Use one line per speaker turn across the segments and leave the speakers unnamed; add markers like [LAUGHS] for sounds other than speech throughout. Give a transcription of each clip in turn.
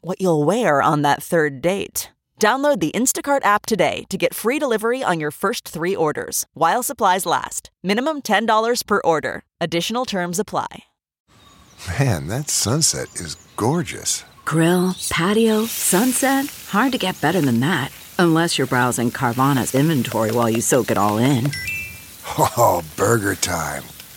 what you'll wear on that third date. Download the Instacart app today to get free delivery on your first three orders while supplies last. Minimum $10 per order. Additional terms apply.
Man, that sunset is gorgeous. [LAUGHS]
Grill, patio, sunset. Hard to get better than that. Unless you're browsing Carvana's inventory while you soak it all in.
Oh, burger time.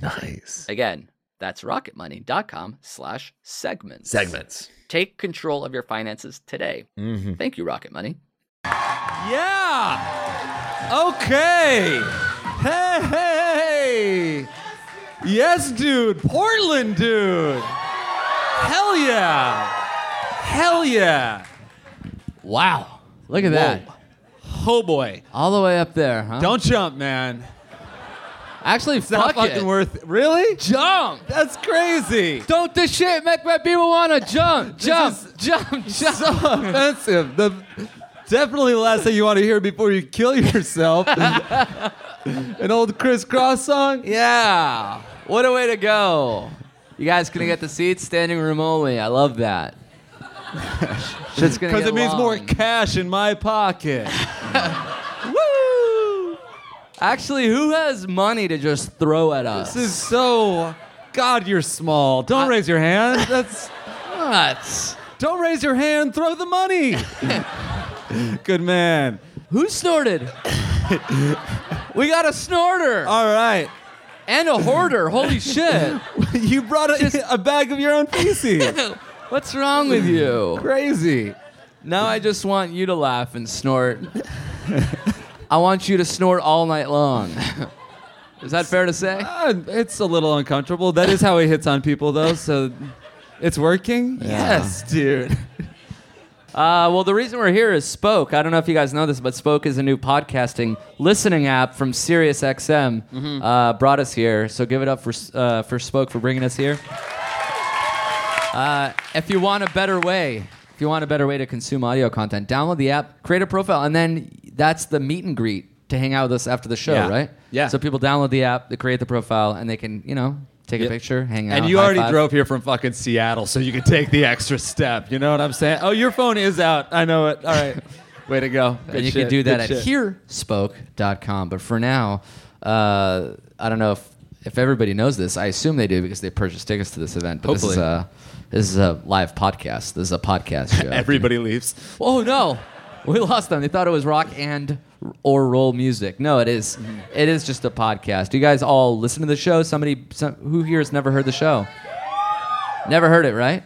nice.
Again, that's rocketmoney.com/segments.
Segments.
Take control of your finances today.
Mm-hmm.
Thank you, Rocket Money.
Yeah. Okay. Hey. Yes, dude. Portland, dude. Hell yeah. Hell yeah. Wow.
Look at that.
Oh boy.
All the way up there, huh?
Don't jump, man.
actually
It's not
fuck
fucking
it.
worth Really?
Jump!
That's crazy.
Don't this shit make my people
[LAUGHS]
wanna jump, jump,
is-
jump, jump.
[LAUGHS] so offensive. The definitely the last thing you want to hear before you kill [LAUGHS] yourself. An old Chris Cross song.
Yeah. What a way to go. You guys gonna get the seats standing room only. I
[LAUGHS]
love that. Shit's gonna
Because
get
it means more
long.
cash in my pocket.
Woo! Actually, who has money to just throw at us?
This is so. God, you're small. Don't
I-
raise your hand. That's.
nuts.
Don't raise your hand. Throw the money. [LAUGHS] Good man. [LAUGHS]
Who snorted? we got a snorter
All right.
and a hoarder.
[LAUGHS]
Holy shit.
You brought a, a bag of your own [LAUGHS] feces.
What's wrong with you?
[LAUGHS] Crazy.
Now I just want you to laugh and snort. I want you to snort all night long. Is that fair to say?
Uh, it's a little uncomfortable. That is how he hits on people, though. So it's working. Yes, dude.
Uh, well, the reason we're here is Spoke. I don't know if you guys know this, but Spoke is a new podcasting listening app from SiriusXM.
Mm-hmm.
Uh, brought us here, so give it up for uh, for Spoke for bringing us here. Uh, if you want a better way, if you want a better way to consume audio content, download the app, create a profile, and then that's the meet and greet to hang out with us after the show,
Yeah.
right?
Yeah.
So people download the app, they create the profile, and they can, you know, take a
Yep.
picture, hang out.
And you
high
already
five.
drove here from fucking Seattle, so you could take the extra step. You know what I'm saying? Oh, your phone is out. I know it. All right.
Way to go. and you
shit,
can do that at
good shit.
hearspoke.com. But for now, uh, I don't know if, if everybody knows this. I assume they do because they purchased tickets to this event. But this is
Hopefully.
a this is a live podcast. This is
[LAUGHS]
a podcast show.
Everybody leaves.
Oh no, [LAUGHS] we lost them. They thought it was rock and or roll music. No, it is.
Mm-hmm.
It is just a podcast. You guys all listen to the show. Somebody some, who here has never heard the show. Never heard it, right?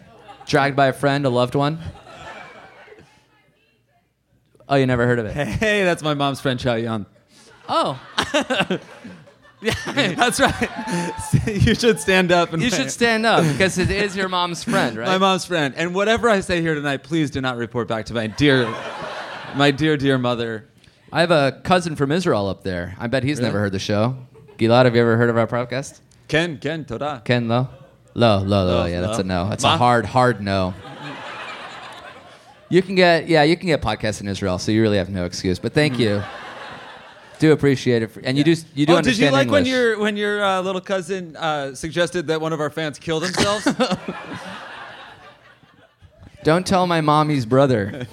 Dragged by a friend, a loved one. Oh, you never heard of it?
Hey, that's my mom's friend, Chow Yun.
Oh,
That's right. [LAUGHS] you should stand up and
you
play [LAUGHS]
should
it.
stand up because it is your mom's friend, right?
My mom's friend. And whatever I say here tonight, please do not report back to my dear, my dear, dear mother.
I have a cousin from Israel up there. I bet he's never heard the show. Gilad, have you ever heard of our podcast?
Ken, Ken, Torah.
Ken low? Low, low, low.
Low,
yeah, that's
low.
a no. That's a
Ma?
hard, hard no. You can get yeah, you can get podcasts in Israel, so you really have no excuse. But thank you. Do appreciate it, for, and you do you do
Hmm. oh, did
understand
you like when
English.
your when your uh, little cousin uh, suggested that one of our fans kill [LAUGHS] themselves?
Don't tell my mommy's brother.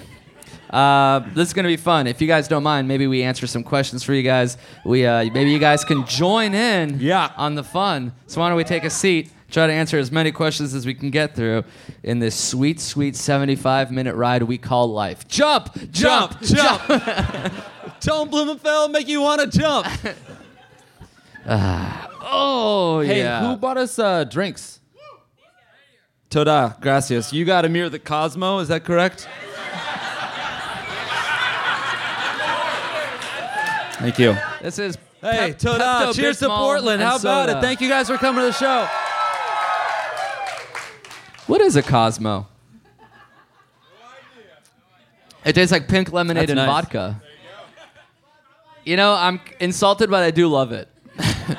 Uh, this is gonna be fun. If you guys don't mind, maybe we answer some questions for you guys. We uh, maybe you guys can join in
Yeah.
on the fun. So why don't we take a seat, try to answer as many questions as we can get through in this sweet, sweet 75 minute ride we call life. Jump, jump,
jump,
jump. [LAUGHS]
jump. Tone Blumenfeld make you want to jump.
Oh
Hey,
yeah.
who bought us uh, drinks? Toda, gracias. You got a mirror the Cosmo, is that correct? Thank you.
this is
Hey,
Pep-
Toda,
Pepto-Bismol
cheers to Portland.
and
How about
soda.
it? Thank you guys for coming to the show.
What is a Cosmo? It tastes like pink lemonade
That's
and
nice.
vodka. You know, I'm insulted, but I do love it. [LAUGHS]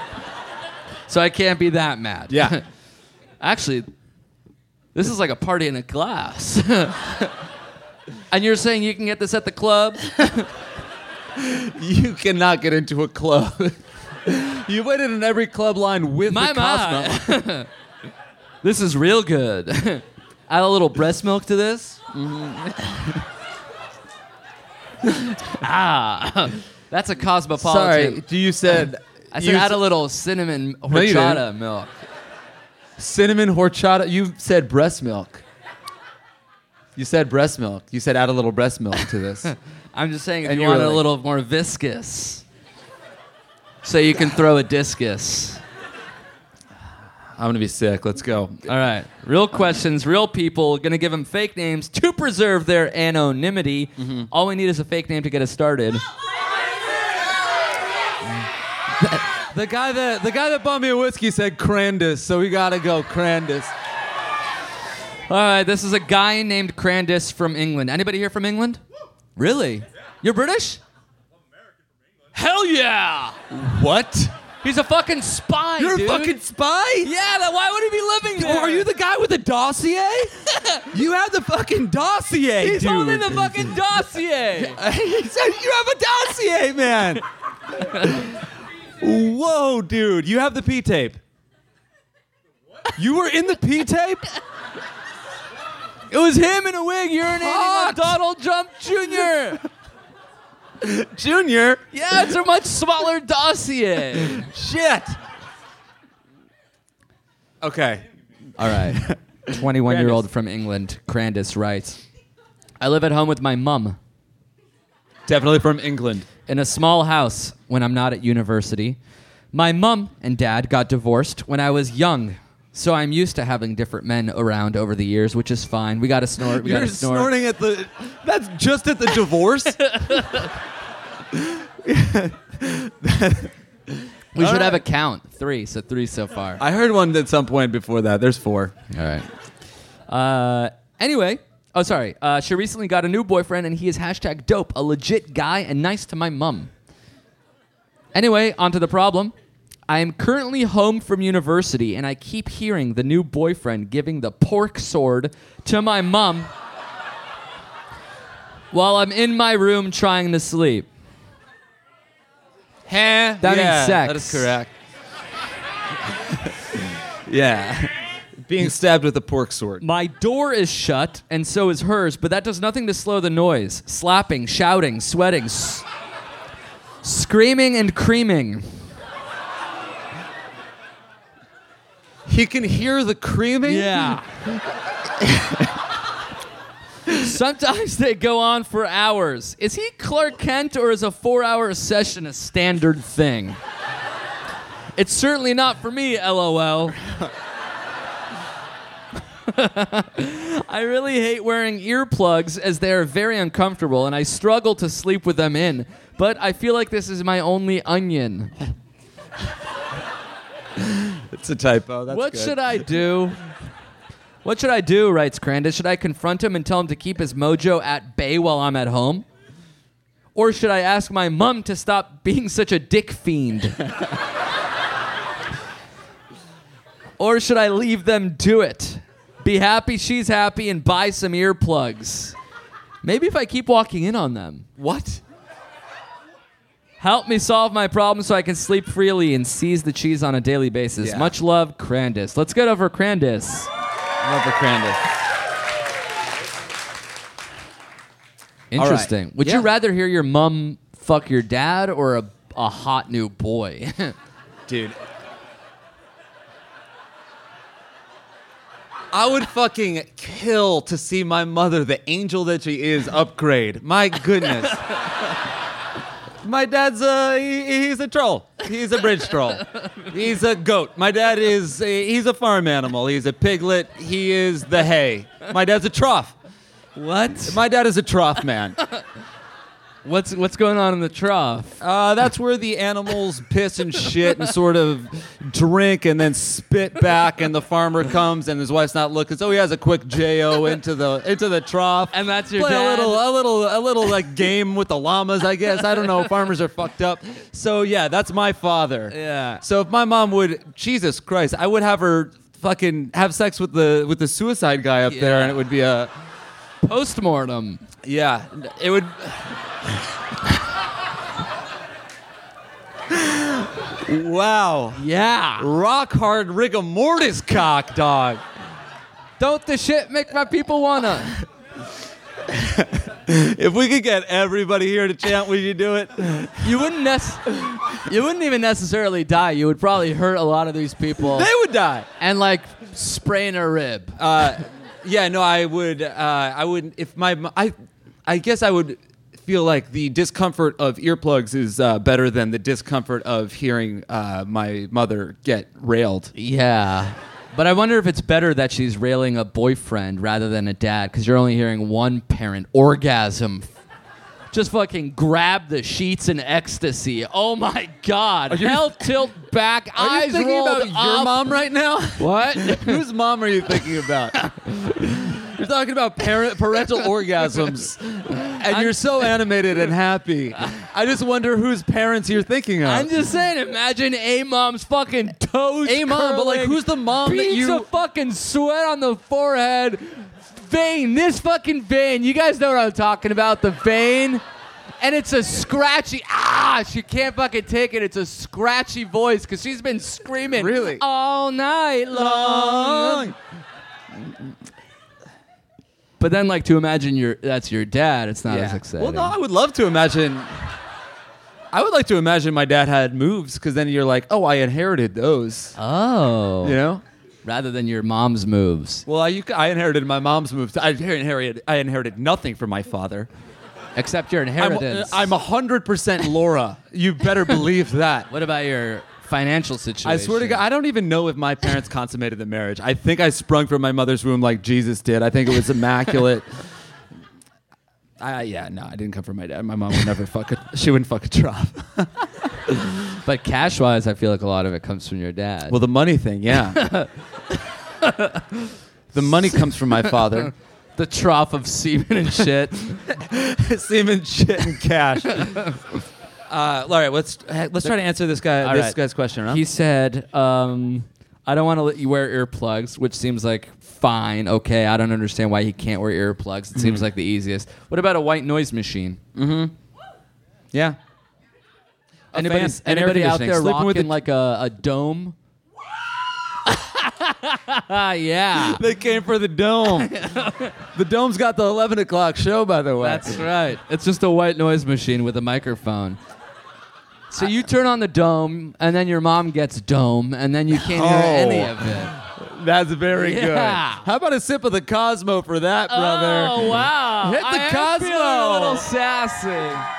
so I can't be that
[LAUGHS]
mad.
Yeah.
Actually, this is like a party in a glass. [LAUGHS] and you're saying you can get this at the club?
You cannot get into a club. [LAUGHS] you waited in every club line with
My,
the
my.
Cosmo.
[LAUGHS] This is real good. [LAUGHS] Add a little breast milk to this. ah, [LAUGHS] Ah, [LAUGHS] that's a cosmopolitan.
Sorry, do you said
I
you
said add
s-
a little cinnamon
No, you
horchata
didn't.
milk.
cinnamon horchata. You said breast milk. You said breast milk. You said add a little breast milk to this.
I'm just saying, if
And you
you
were
want a
like-
little more viscous, so you can throw a discus.
I'm gonna be sick. Let's go.
All right. Real questions, real people. Going to give them fake names to preserve their anonymity.
Mm-hmm.
All we need is a fake name to get us started.
The guy that the guy that bought me a whiskey said Crandus, so we gotta go Crandus.
All right. This is a [LAUGHS] guy named Crandis from England. Anybody here from England? Really? You're British? Hell yeah!
What?
He's a fucking spy,
You're
dude.
a fucking spy?
Yeah, then why would he be living there?
Are you the guy with the dossier?
[LAUGHS]
you have the fucking dossier,
He's
dude.
holding the fucking dossier.
[LAUGHS] He said you have a dossier, man. Whoa, dude, you have the P tape. You were in the P tape?
It was him in a wig urinating
Fuck.
on Donald Trump Jr.
Junior?
[LAUGHS] Yeah, it's a much smaller dossier.
Shit. Okay.
[LAUGHS] All right. 21 year old from England, Crandis writes I live at home with my mum
Definitely from England.
in a small house when I'm not at university. My mum and dad got divorced when I was young. So I'm used to having different men around over the years, which is fine. We got to snort. We got
You're
to snort.
snorting at the. That's just at the divorce.
We should
right.
have a count. Three. So three so far.
[LAUGHS] I heard one at some point before that. There's four.
All right. Uh, anyway, oh sorry. Uh, she recently got a new boyfriend, and he is hashtag dope, a legit guy, and nice to my mum. Anyway, onto the problem. I am currently home from university, and I keep hearing the new boyfriend giving the pork sword to my mum while I'm in my room trying to sleep.
Heh.
That means sex.
That is correct. [LAUGHS] yeah. Being stabbed with a pork sword.
My door is shut, and so is hers, but that does nothing to slow the noise. Slapping, shouting, sweating, s- screaming, and creaming.
You can hear the creaming?
Yeah. [LAUGHS] Sometimes they go on for hours. Is he Clark Kent or is a four hour session a standard thing? It's certainly not for me, lol. [LAUGHS] I really hate wearing earplugs as they are very uncomfortable and I struggle to sleep with them in, but I feel like this is my only onion.
It's a typo. That's
what
good.
should I do? [LAUGHS] What should I do? Writes Crandis. Should I confront him and tell him to keep his mojo at bay while I'm at home? Or should I ask my mum to stop being such a dick fiend? [LAUGHS] or should I leave them do it? Be happy she's happy and buy some earplugs. Maybe if I keep walking in on them. What? Help me solve my problem so I can sleep freely and seize the cheese on a daily basis.
Yeah.
Much love, Crandis. Let's get over Crandis.
Love the Crandall.
Interesting. Would
Yeah.
you rather hear your mum fuck your dad or a, a hot new boy? [LAUGHS]
Dude. I would fucking kill to see my mother, the angel that she is, upgrade. My goodness. my dad's a he- he's a troll. He's a bridge troll. He's a goat. My dad is a, he's a farm animal. He's a piglet. He is the hay. My dad's a trough.
what?
My dad is a trough man.
What's what's going on in the trough?
Uh, that's where the animals piss and shit and sort of drink and then spit back, and the farmer comes and his wife's not looking, so he has a quick jo into the into the trough.
And that's your
Play
dad?
a little a little a little like game with the llamas, I guess. I don't know. Farmers are fucked up. So yeah, that's my father.
Yeah.
So if my mom would, Jesus Christ, I would have her fucking have sex with the with the suicide guy up there,
Yeah.
and it would be a
Postmortem.
yeah, it would. wow.
Yeah.
Rock hard rigor mortis cock, dog.
Don't the shit make my people wanna?
If we could get everybody here to chant, would you do it?
You wouldn't nec- You wouldn't even necessarily die. You would probably hurt a lot of these people
They would die.
and like sprain a rib.
Uh, Yeah, no, I would. Uh, I would. If my, I, I guess I would feel like the discomfort of earplugs is uh, better than the discomfort of hearing uh, my mother get railed.
yeah. But I wonder if it's better that she's railing a boyfriend rather than a dad because you're only hearing one parent orgasm. Just fucking grab the sheets in ecstasy. Oh my god. Hell tilt back.
Are
eyes
you thinking
rolled
about your
up.
mom right now? [LAUGHS]
What?
Whose mom are you thinking about? you're talking about parent, parental orgasms, and you're so animated and happy. I just wonder whose parents you're thinking of.
[LAUGHS] I'm just saying, imagine a mom's fucking toes.
A mom, but, like,
curling,
who's the mom that
beads
you-
of fucking sweat on the forehead, vein, this fucking vein. You guys know what I'm talking about, the vein. And it's a scratchy ah. She can't fucking take it. It's a scratchy voice because she's been screaming
Really?
all night long. But then, like, to imagine your that's your dad. It's not as exciting.
Well, no, I would love to imagine. I would like to imagine my dad had moves because then you're like, oh, I inherited those.
oh,
You know.
rather than your mom's moves,
Well, I, you, I inherited my mom's moves. I inherited. I inherited nothing from my father.
except your
I'm- uh,
inheritance.
I'm hundred percent Laura. You better believe that.
What about your financial situation?
I swear to God, I don't even know if my parents consummated the marriage. I think I sprung from my mother's womb like Jesus did. I think it was immaculate. [LAUGHS] I, yeah, no, I didn't come from my dad. My mom would never fuck a, she wouldn't fuck a drop.
But cash wise, I feel like a lot of it comes from your dad.
Well, the money thing, yeah. the money comes from my [LAUGHS] father.
the trough of semen and shit.
Semen, shit, and cash. Uh, all right, let's let's try to answer this guy
All
this
right.
guy's question. Huh?
He said, um, I don't want to let you wear earplugs, which seems like fine. Okay, I don't understand why he can't wear earplugs. It
Mm-hmm.
seems like the easiest. What about a white noise machine?
yeah,
Anybody,
Mm-hmm. fan, an air
anybody out
conditioning,
there
sleeping
rocking
with
with
a-
like a, a dome? Ah, [LAUGHS] yeah.
They came [LAUGHS] for the
[LAUGHS]
dome. the dome's got the 11 o'clock show, by the way.
That's right. It's just a white noise machine with a microphone. So you turn on the dome, and then your mom gets dome, and then you can't hear any
Oh.
of it.
That's very good.
Yeah.
How about a sip of the Cosmo for that, brother?
Oh wow!
Hit the
I am
Cosmo.
feeling a little sassy.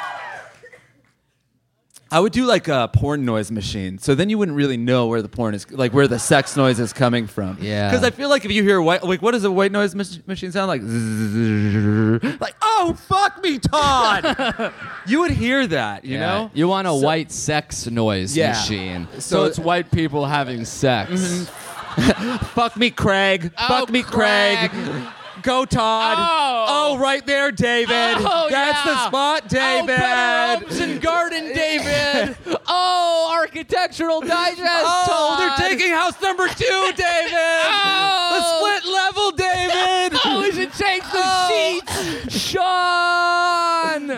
I would do like a porn noise machine. So then you wouldn't really know where the porn is, like where the sex noise is coming from.
Yeah.
Because I feel like if you hear white, like what does a white noise mach- machine sound like? Zzzz. Like, oh, fuck me, Todd. you would hear that, you
Yeah.
know?
you want a
So-
white sex noise
Yeah.
machine. So,
So- Mm-hmm.
it's white people having sex.
[LAUGHS] Fuck me, Craig.
Oh,
Fuck me, Craig.
Craig.
Go, Todd.
Oh.
right there, David.
Oh,
That's the
yeah.
spot,
Oh,
David.
better homes and garden,
[LAUGHS]
David. oh, architectural digest.
Oh,
Todd.
they're taking house number
[LAUGHS]
two, David.
Oh.
The split level, David.
[LAUGHS] Oh, we should change the
Oh.
sheets, [LAUGHS] Sean.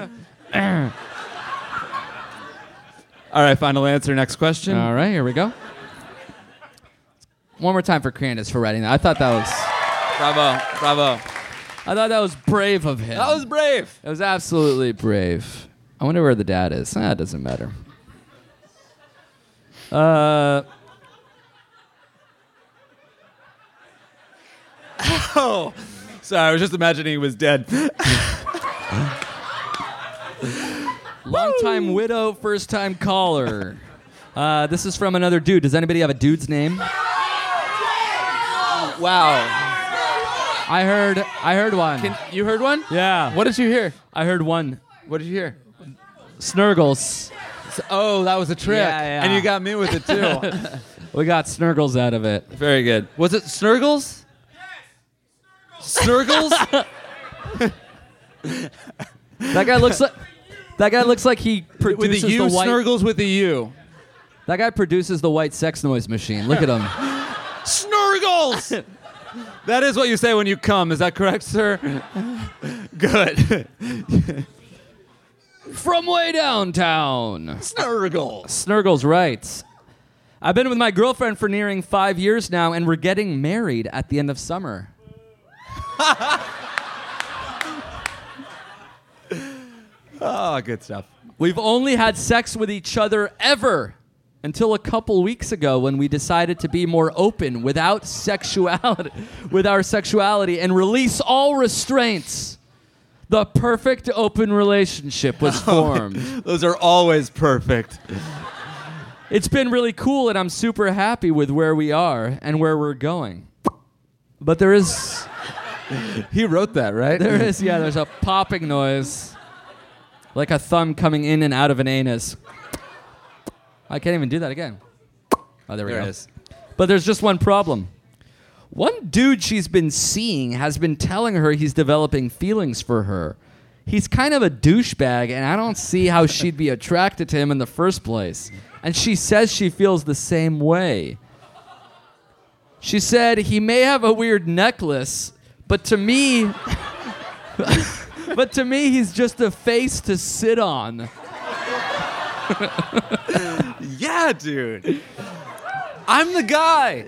All right, final answer. Next question.
All right, here we go. One more time for Candace for writing that. I thought that was
Bravo, bravo.
I thought that was brave of him.
That was brave.
It was absolutely brave. I wonder where the dad is. That doesn't matter.
[LAUGHS]
Uh,
oh, Sorry, I was just imagining he was dead.
[LAUGHS] longtime widow, first time caller. Uh, this is from another dude. Does anybody have a dude's name?
Oh, wow.
I heard. I heard one.
You heard one?
yeah.
What did you hear?
I heard one.
What did you hear?
Snurgles.
Oh, that was a trick.
Yeah, yeah.
And you got me with it too.
We got snurgles out of it.
[LAUGHS] Very good. Was it [LAUGHS] Snurgles? Yes. Snurgles?
That guy looks like. That guy looks like he
with
produces
a U,
the white.
Snurgles with a U.
That guy produces the white sex noise machine. Look at him.
Snurgles! [LAUGHS] that is what you say when you come, is that correct, sir? [LAUGHS] good.
From way downtown.
Snurgles. [LAUGHS]
Snurgles writes I've been with my girlfriend for nearing five years now, and we're getting married at the end of summer.
Oh, good stuff.
We've only had sex with each other ever until a couple weeks ago when we decided to be more open without sexuality [LAUGHS] with our sexuality and release all restraints. The perfect open relationship was formed.
Those are always perfect.
It's been really cool, and I'm super happy with where we are and where we're going. But there is,
He wrote that, right?
there is, yeah, there's a popping noise, like a thumb coming in and out of an anus. I can't even do that again. Oh, there we
There
go.
it is.
But there's just one problem. One dude she's been seeing has been telling her he's developing feelings for her. He's kind of a douchebag, and I don't see
[LAUGHS]
how she'd be attracted to him in the first place. And she says she feels the same way. She said he may have a weird necklace, but to me, but to me, he's just a face to sit on.
Yeah, dude. I'm the guy.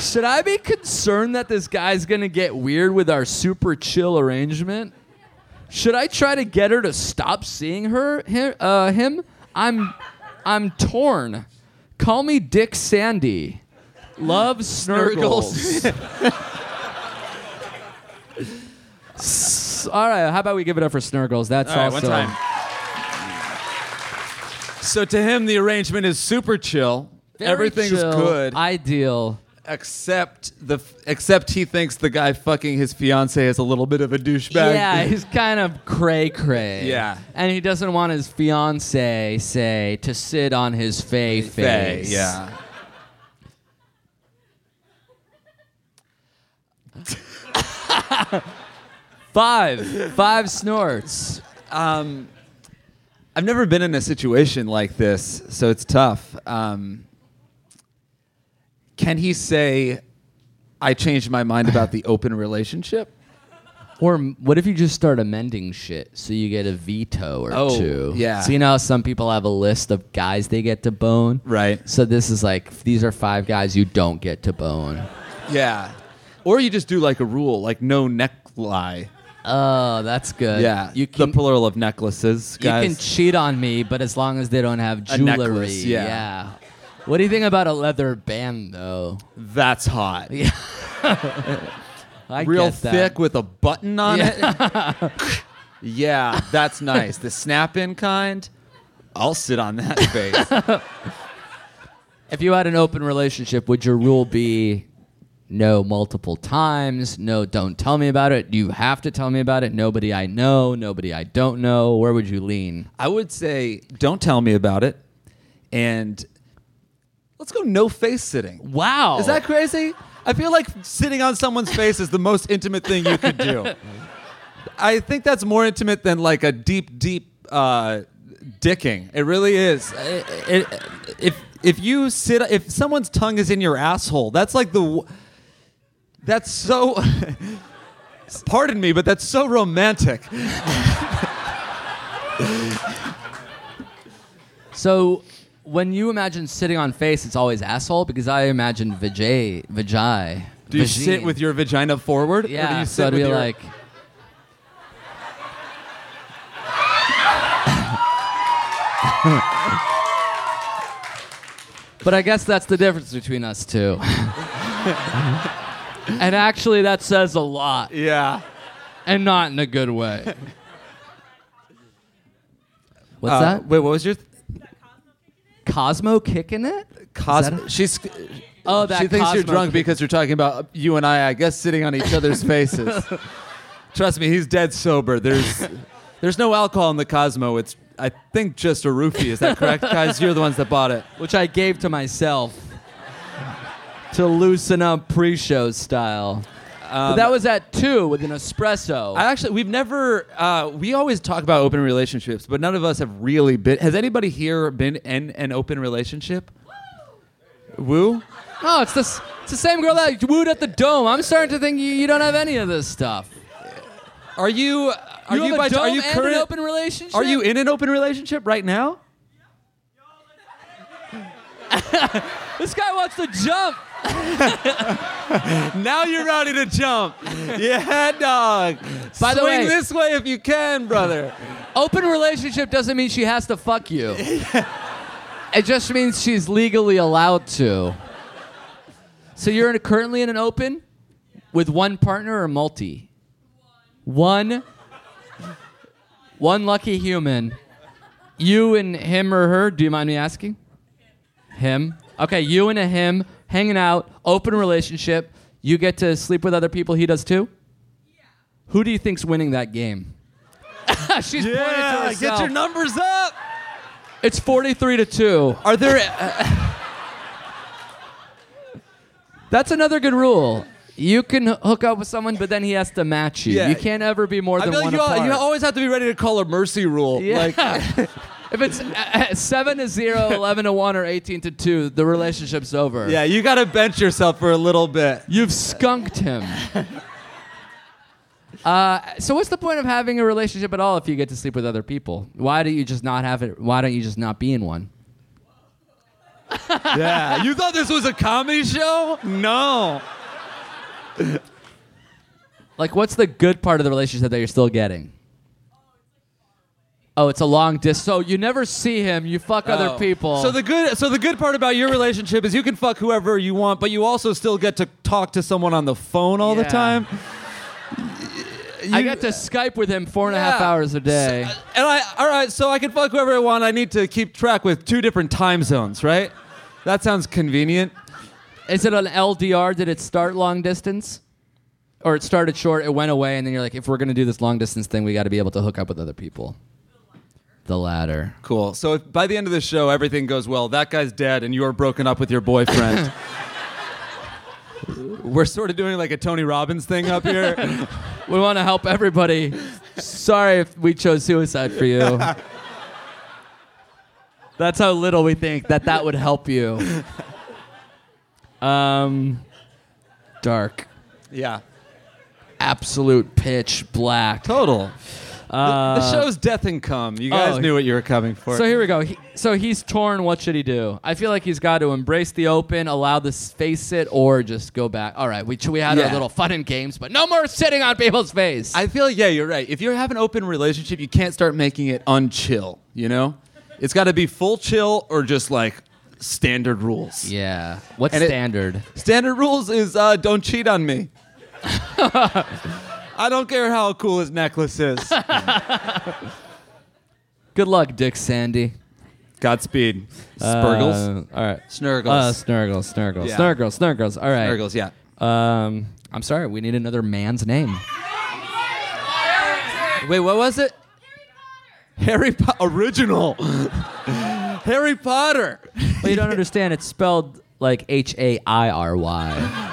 Should I be concerned that this guy's gonna get weird with our super chill arrangement? Should I try to get her to stop seeing her him? Uh, him? I'm I'm torn. Call me Dick Sandy. Love snurgles.
[LAUGHS]
S- All right, how about we give it up for snurgles? That's
All right, one
also
time. So to him, the arrangement is super chill.
very
Everything's
chill,
good,
Ideal.
except the f- except he thinks the guy fucking his fiance is a little bit of a douchebag.
Yeah, he's kind of cray cray.
Yeah.
And he doesn't want his fiance, say, to sit on his fay
Faye,
face.
yeah.
Five. Five snorts.
I've never been in a situation like this, so it's tough. Um, [LAUGHS] can he say, "I changed my mind about the open relationship"?
Or m- what if you just start amending shit so you get a veto or
Oh,
two?
yeah.
So you know how some people have a list of guys they get to bone.
Right.
So this is like these are five guys you don't get to bone.
Yeah. Or you just do like a rule, like no necklie.
Oh, that's good.
Yeah.
You can
the plural of necklaces,
you
guys.
can cheat on me, but as long as they don't have
A
jewelry.
necklace, yeah.
What do you think about a leather band though?
That's hot.
I
Real
get that.
thick with a button on it. [LAUGHS] yeah, that's nice. The snap in kind. I'll sit on [LAUGHS] that face.
If you had an open relationship, would your rule be no multiple times, no don't tell me about it, you have to tell me about it, nobody I know, nobody I don't know? Where would you lean?
I would say, don't tell me about it. And let's go no face sitting.
Wow.
Is that crazy? I feel like sitting on someone's face is the most intimate thing you could do. I think that's more intimate than like a deep, deep uh, dicking. It really is. I- I- if if you sit, if someone's tongue is in your asshole, that's like the. w- That's so. [LAUGHS] pardon me, but that's so romantic.
So when you imagine sitting on face, it's always asshole because I imagine vajay, vajay.
Do you sit with your vagina forward?
Yeah,
Or do you sit
so it'd
with
be
your-
like. but I guess that's the difference between us two. [LAUGHS] and actually, that says a lot,
Yeah.
and not in a good way. What's
Uh,
that?
Wait, what was your? Th-
Cosmo kicking it?
Cos-
that it?
she's
Oh, that
she thinks you're
Cosmo
drunk
kid.
because you're talking about you and I. I guess sitting on each other's faces. [LAUGHS] Trust me, he's dead sober. There's there's no alcohol in the Cosmo. It's I think just a roofie. Is that correct, guys? You're the ones that bought it.
which I gave to myself to loosen up pre-show style. but that was at two with an espresso.
Um, I actually we've never uh, we always talk about open relationships, but none of us have really been. Has anybody here been in an open relationship? Woo.
oh, it's this. It's the same girl that wooed at the dome. I'm starting to think you, you don't have any of this stuff.
Are you? Are you,
have
by,
a dome
are you
and
current?
an open relationship?
Are you in an open relationship right now?
This guy wants to jump.
[LAUGHS] Now you're ready to jump. [LAUGHS] Yeah, dog.
By the
Swing
way-
this way if you can, brother.
Open relationship doesn't mean she has to
[LAUGHS]
fuck you. it just means she's legally allowed to. So you're in currently in an open with one partner or multi? One. One lucky human. You and him or her, do you mind me asking? Him. Okay, you and a him hanging out, open relationship. You get to sleep with other people, he does too? Who do you think's winning that game? [LAUGHS] She's
Yeah,
pointed to herself.
get your numbers up.
It's 43 to 2.
Are [LAUGHS] there? Uh,
That's another good rule. You can h- hook up with someone, but then he has to match you.
Yeah.
You can't ever be more
I
than
feel like
one
you, al-
apart.
you always have to be ready to call a mercy rule.
Yeah.
Like, [LAUGHS]
if it's [LAUGHS] uh, uh, 7 to 0, 11 to 1, or 18 to 2, the relationship's over.
yeah, you gotta bench yourself for a little bit.
You've skunked him. Uh, so what's the point of having a relationship at all if you get to sleep with other people? Why do you just not have it? Why don't you just not be in one?
Yeah, you thought this was a comedy show? No.
Like, what's the good part of the relationship that you're still getting? Oh, it's a long distance. So you never see him. You fuck
Oh.
other people.
So the good, so the good part about your relationship is you can fuck whoever you want, but you also still get to talk to someone on the phone all the
Yeah.
time.
I
You-
got to Skype with him four and a half
Yeah.
hours a day.
So- uh, and I, all right, so I can fuck whoever I want. I need to keep track with two different time zones, right? That sounds convenient.
Is it an LDR? Did it start long distance? Or it started short, it went away, and then you're like, if we're going to do this long distance thing, we got to be able to hook up with other people. The latter.
Cool. So if by the end of the show everything goes well, that guy's dead and you're broken up with your boyfriend.
[LAUGHS]
We're sort of doing like a Tony Robbins thing up
[LAUGHS]
here.
We want to help everybody. Sorry if we chose suicide for you. That's how little we think that that would help you. Um, dark.
yeah.
absolute pitch black.
Total.
Uh,
the show's death and come. You guys
oh.
knew what you were coming for.
So here we go. He, so he's torn. What should he do? I feel like he's got to embrace the open, allow this face it, or just go back. All right, we we had
Yeah.
our little fun and games, but no more sitting on people's face.
I feel like, yeah, you're right. If you have an open relationship, you can't start making it unchill, you know? It's got to be full chill or just like standard rules.
yeah. What's
And it-
standard?
Standard rules is uh, don't cheat on
[LAUGHS]
me. I don't care how cool his necklace
[LAUGHS]
is.
Good luck, Dick Sandy.
Godspeed. Spurgles.
Uh, all right.
Snurgles.
Uh, snurgles, snurgles,
Yeah.
snurgles, snurgles. All right.
Snurgles, yeah.
Um, I'm sorry. We need another man's name.
Wait, what was it? Harry Potter. Original. [LAUGHS] Harry Potter.
Well, you don't understand. It's spelled like H A I R Y.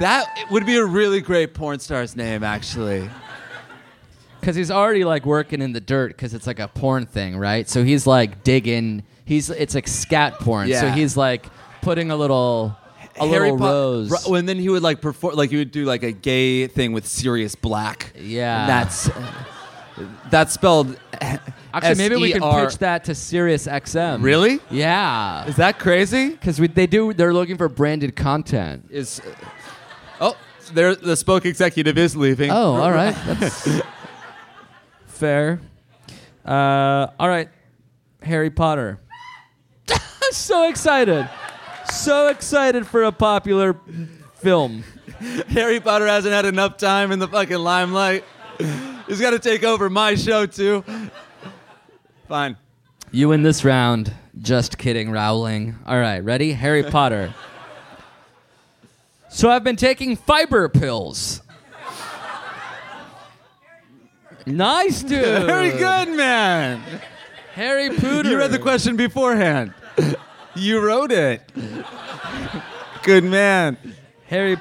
That would be a really great porn star's name, actually.
Because he's already like working in the dirt because it's like a porn thing, right? So he's like digging. He's it's like scat porn. So
Yeah.
he's like putting a little a little
Po-
rose.
Ro- and then he would like perform, like he would do like a gay thing with Sirius Black.
Yeah.
And that's uh, that's spelled.
Actually, maybe we can
S-E-R-
pitch that to Sirius XM.
E Really?
Yeah.
Is that crazy?
Because they do. They're looking for branded content.
Is uh, oh, there the spoke executive is leaving.
Oh, all [LAUGHS] right. That's fair. Uh, all right, Harry Potter. [LAUGHS] I'm so excited. So excited for a popular film.
Harry Potter hasn't had enough time in the fucking limelight. He's got to take over my show too. Fine.
You win this round. Just kidding, Rowling. All right, ready? Harry Potter. So I've been taking fiber pills. Nice, dude. [LAUGHS]
Very good, man.
Harry Potter.
You read the question beforehand. you wrote it. Good man.
Harry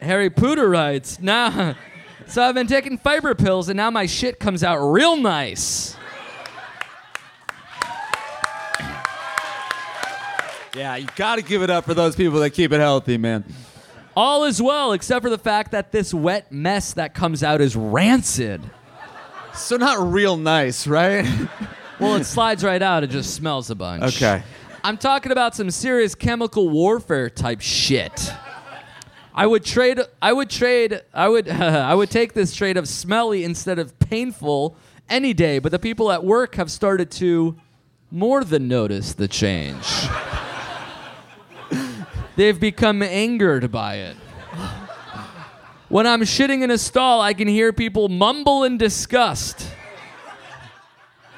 Harry Pooter writes, nah. So I've been taking fiber pills and now my shit comes out real nice.
Yeah, you got to give it up for those people that keep it healthy, man.
All is well, except for the fact that this wet mess that comes out is rancid.
So not real nice, right? [LAUGHS]
Well, it slides right out, it just smells a bunch.
Okay.
I'm talking about some serious chemical warfare type shit. I would trade I would trade I would [LAUGHS] I would take this trade of smelly instead of painful any day, but the people at work have started to more than notice the change. They've become angered by it. When I'm shitting in a stall, I can hear people mumble in disgust.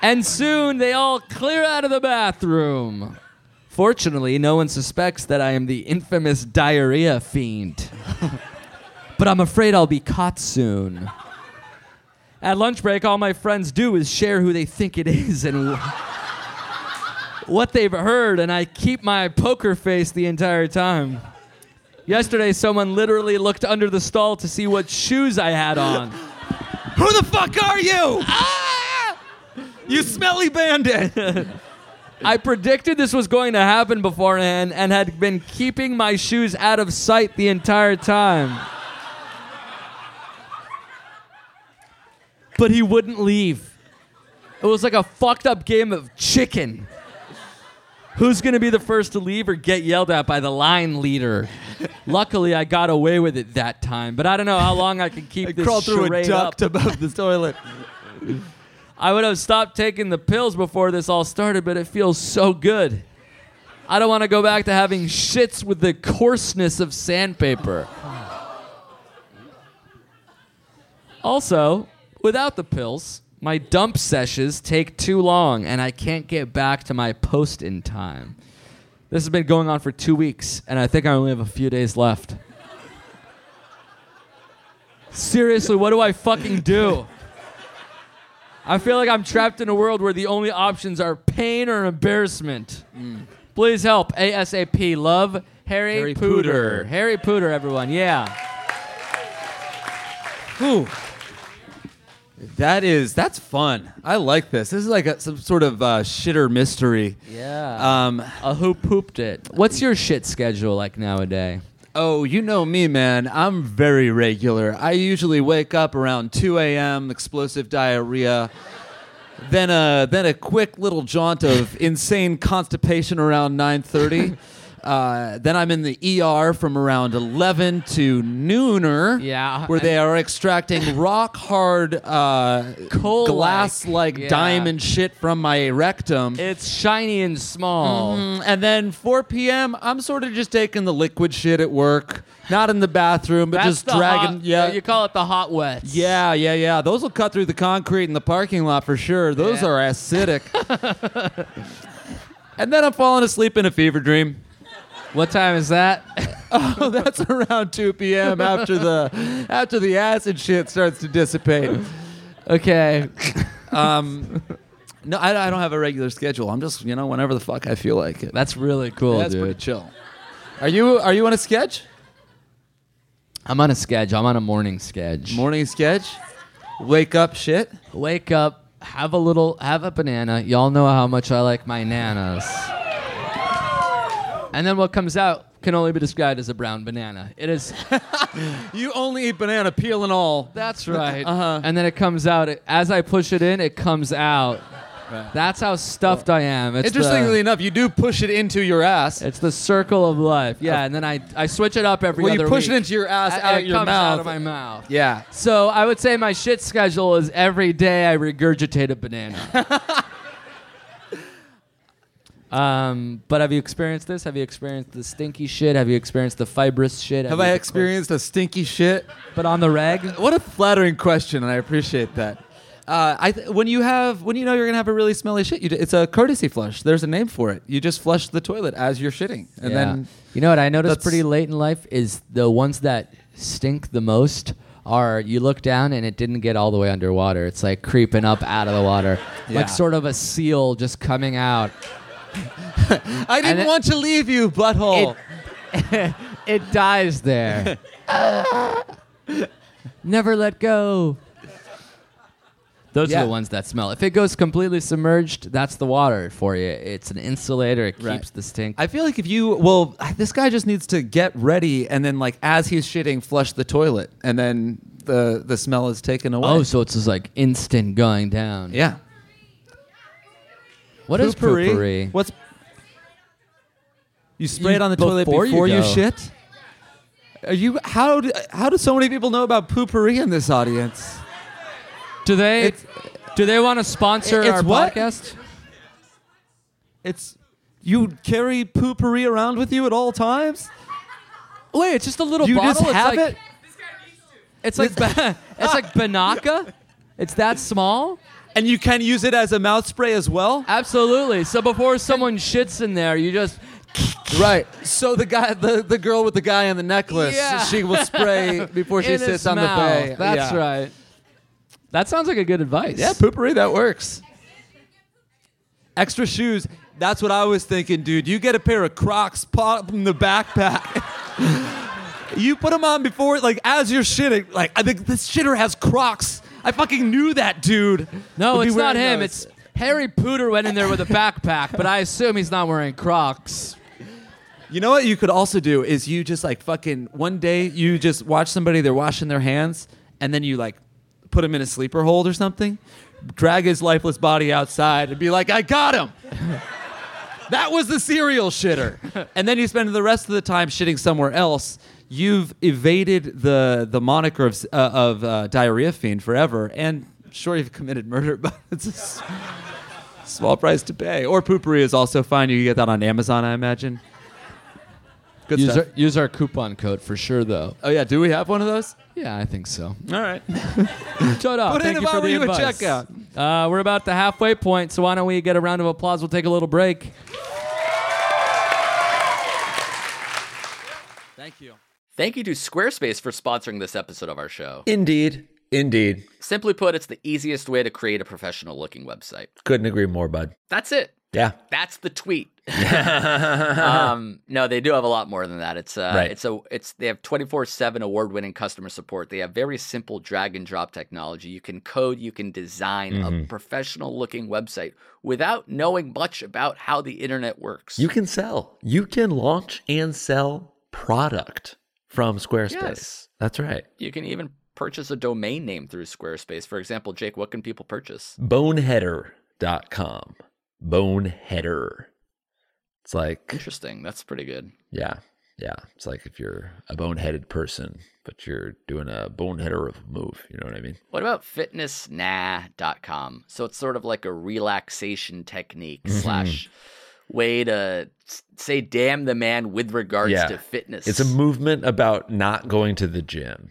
And soon they all clear out of the bathroom. Fortunately, no one suspects that I am the infamous diarrhea fiend. [LAUGHS] but I'm afraid I'll be caught soon. At lunch break, all my friends do is share who they think it is and wh- what they've heard, and I keep my poker face the entire time. Yesterday, someone literally looked under the stall to see what shoes I had [LAUGHS] on.
Who the fuck are you?
Ah!
You smelly bandit.
I predicted this was going to happen beforehand and had been keeping my shoes out of sight the entire time. But he wouldn't leave. It was like a fucked up game of chicken. Who's going to be the first to leave or get yelled at by the line leader? Luckily, I got away with it that time, but I don't know how long I can keep
I
[LAUGHS] this
crawled through a
charade up.
duct above the toilet.
I would have stopped taking the pills before this all started, but it feels so good. I don't want to go back to having shits with the coarseness of sandpaper. Also, without the pills, my dump sessions take too long and I can't get back to my post in time. This has been going on for two weeks, and I think I only have a few days left. Seriously, what do I fucking do? I feel like I'm trapped in a world where the only options are pain or embarrassment. Please help. ASAP. Love Harry,
Harry
Pooter.
Pooter.
Harry Pooter, everyone. Yeah.
Ooh. That is that's fun. I like this. This is like a, some sort of uh, shitter mystery.
Yeah.
Um,
Uh, a who pooped it. What's your shit schedule like nowadays?
Oh, you know me, man. I'm very regular. I usually wake up around 2 a.m., explosive diarrhea, then a then a quick little jaunt of insane constipation around 9:30. Uh, then I'm in the ER from around 11 to nooner,
Yeah,
where they are extracting rock hard uh,
Coal-like.
glass like
Yeah.
diamond shit from my rectum.
It's shiny and small.
Mm, And then 4 p.m., I'm sort of just taking the liquid shit at work, not in the bathroom, but
That's
just
the
dragging.
hot-
yeah,
you call it the hot wets.
yeah, yeah, yeah. Those will cut through the concrete in the parking lot for sure. Those
Yeah.
are acidic. [LAUGHS] and then I'm falling asleep in a fever dream.
What time is that?
[LAUGHS] Oh, that's around 2 p.m. after the after the acid shit starts to dissipate.
[LAUGHS] okay.
Um, no, I, I don't have a regular schedule. I'm just you know whenever the fuck I feel like it.
That's really cool,
that's
dude.
pretty chill. Are you are you on a sketch?
I'm on a sketch. I'm on a morning sketch.
Morning sketch. Wake up shit.
Wake up, have a little, have a banana. Y'all know how much I like my nanas. And then what comes out can only be described as a brown banana. It is.
You only eat banana peel and all.
That's right. Uh-huh. And then it comes out. It, as I push it in, it comes out. That's how stuffed I am. It's the-
Interestingly enough, you do push it into your ass.
It's the circle of life. Yeah, and then I, I switch it up every
Well, you
other
push it
week.
into your ass,
And-
out
and it
your
comes out of
mouth.
my mouth.
yeah.
So I would say my shit schedule is every day I regurgitate a banana.
[LAUGHS]
um, but have you experienced this? Have you experienced the stinky shit? Have you experienced the fibrous shit?
Have
you
I
the-
experienced a stinky shit? Uh,
But on the reg?
What a flattering question, and I appreciate that. Uh, I th- when you have when you know you're gonna have a really smelly shit, you d- it's a courtesy flush. There's a name for it. You just flush the toilet as you're shitting, and
Yeah.
then
you know what I noticed
that's-
pretty late in life is the ones that stink the most are you look down and it didn't get all the way underwater. It's like creeping up out of the water,
Yeah.
like sort of a seal just coming out.
I didn't
it-
want to leave you, butthole.
Oh. It [LAUGHS] dies [LAUGHS] there. Never let go. Those
Yeah.
are the ones that smell. If it goes completely submerged, that's the water for you. It's an insulator. It keeps
Right.
the stink.
I feel like if you well, this guy just needs to get ready and then like as he's shitting, flush the toilet, and then the the smell is taken away.
oh, so it's just like instant going down.
yeah.
What is
Poo-pourri?
poopery?
What's you spray it on the toilet
before
before
you
you,
go.
shit? Are you how do, how do so many people know about poopery in this audience?
Do they
It's-
do they want to sponsor
It's
our
what?
podcast?
It's you carry poopery around with you at all times.
Wait, it's just a little
you
bottle.
just have
it's like,
it. [LAUGHS]
It's like ba- it's like Banaka. It's that small.
And you can use it as a mouth spray as well.
Absolutely. So before someone shits in there, you just
Right. So the guy, the, the girl with the guy on the necklace,
Yeah.
she will spray before she
[LAUGHS] in
sits
his
on the
mouth.
bay.
That's
Yeah.
right. That sounds like a good advice.
Yeah, poopery, that works. Extra shoes. That's what I was thinking, dude. You get a pair of Crocs, pop 'em in the backpack. [LAUGHS] you put them on before, like as you're shitting. Like I think this shitter has Crocs. I fucking knew that, dude.
No,
Would be
it's not
wearing
him.
those.
It's Harry Pooter went in there with a backpack, but I assume he's not wearing Crocs.
You know what you could also do is you just like fucking one day you just watch somebody they're washing their hands and then you like put him in a sleeper hold or something, drag his lifeless body outside and be like, I got him. [LAUGHS] that was the cereal shitter. [LAUGHS] and then you spend the rest of the time shitting somewhere else. You've evaded the the moniker of uh, of uh, diarrhea fiend forever, and sure you've committed murder, [LAUGHS] but it's a s- small price to pay. Or poopery is also fine. You can get that on Amazon, I imagine. Good
Use
stuff.
our, use our coupon code for sure, though.
Oh yeah, do we have one of those?
Yeah, I think so.
All [LAUGHS] right.
Shut up.
Put in
Thank
if
you
I
for
were
the
you at
advice.
checkout.
Uh, we're about the halfway point, so why don't we get a round of applause? We'll take a little break.
Thank you.
Thank you to Squarespace for sponsoring this episode of our show.
Indeed. Indeed.
Simply put, it's the easiest way to create a professional looking website.
Couldn't agree more, bud.
That's it.
Yeah.
That's the tweet. um, no, they do have a lot more than that. It's uh,
Right.
it's a it's they have twenty four seven award winning customer support. They have very simple drag and drop technology. You can code, you can design a professional looking website without knowing much about how the internet works.
You can sell. You can launch and sell product. from Squarespace.
Yes.
That's right.
You can even purchase a domain name through Squarespace. For example, Jake, what can people purchase?
Boneheader.com. Boneheader. It's like
Interesting. That's pretty good.
Yeah. Yeah. It's like if you're a boneheaded person, but you're doing a boneheader of a move. You know what I mean?
What about fitnessnah.com? So it's sort of like a relaxation technique
Mm-hmm.
slash way to s- say damn the man with regards
Yeah.
to fitness.
It's a movement about not going to the gym.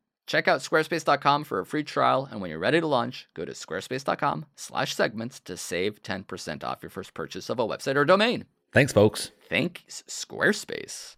check out squarespace.com for a free trial. And when you're ready to launch, go to squarespace.com slash segments to save 10% off your first purchase of a website or domain.
Thanks, folks.
Thanks, Squarespace.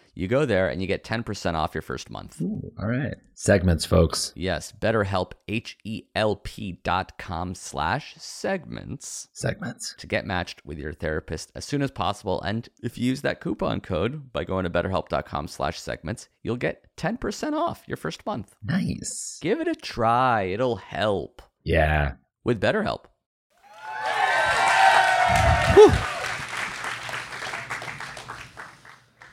You go there and you get 10% off your first month.
Ooh, all right. Segments, folks.
Yes, betterhelp, H-E-L-P dot com slash segments
Segments.
to get matched with your therapist as soon as possible. And if you use that coupon code by going to betterhelp.com slash segments, you'll get 10% off your first month.
Nice.
Give it a try. It'll help
Yeah.
with BetterHelp.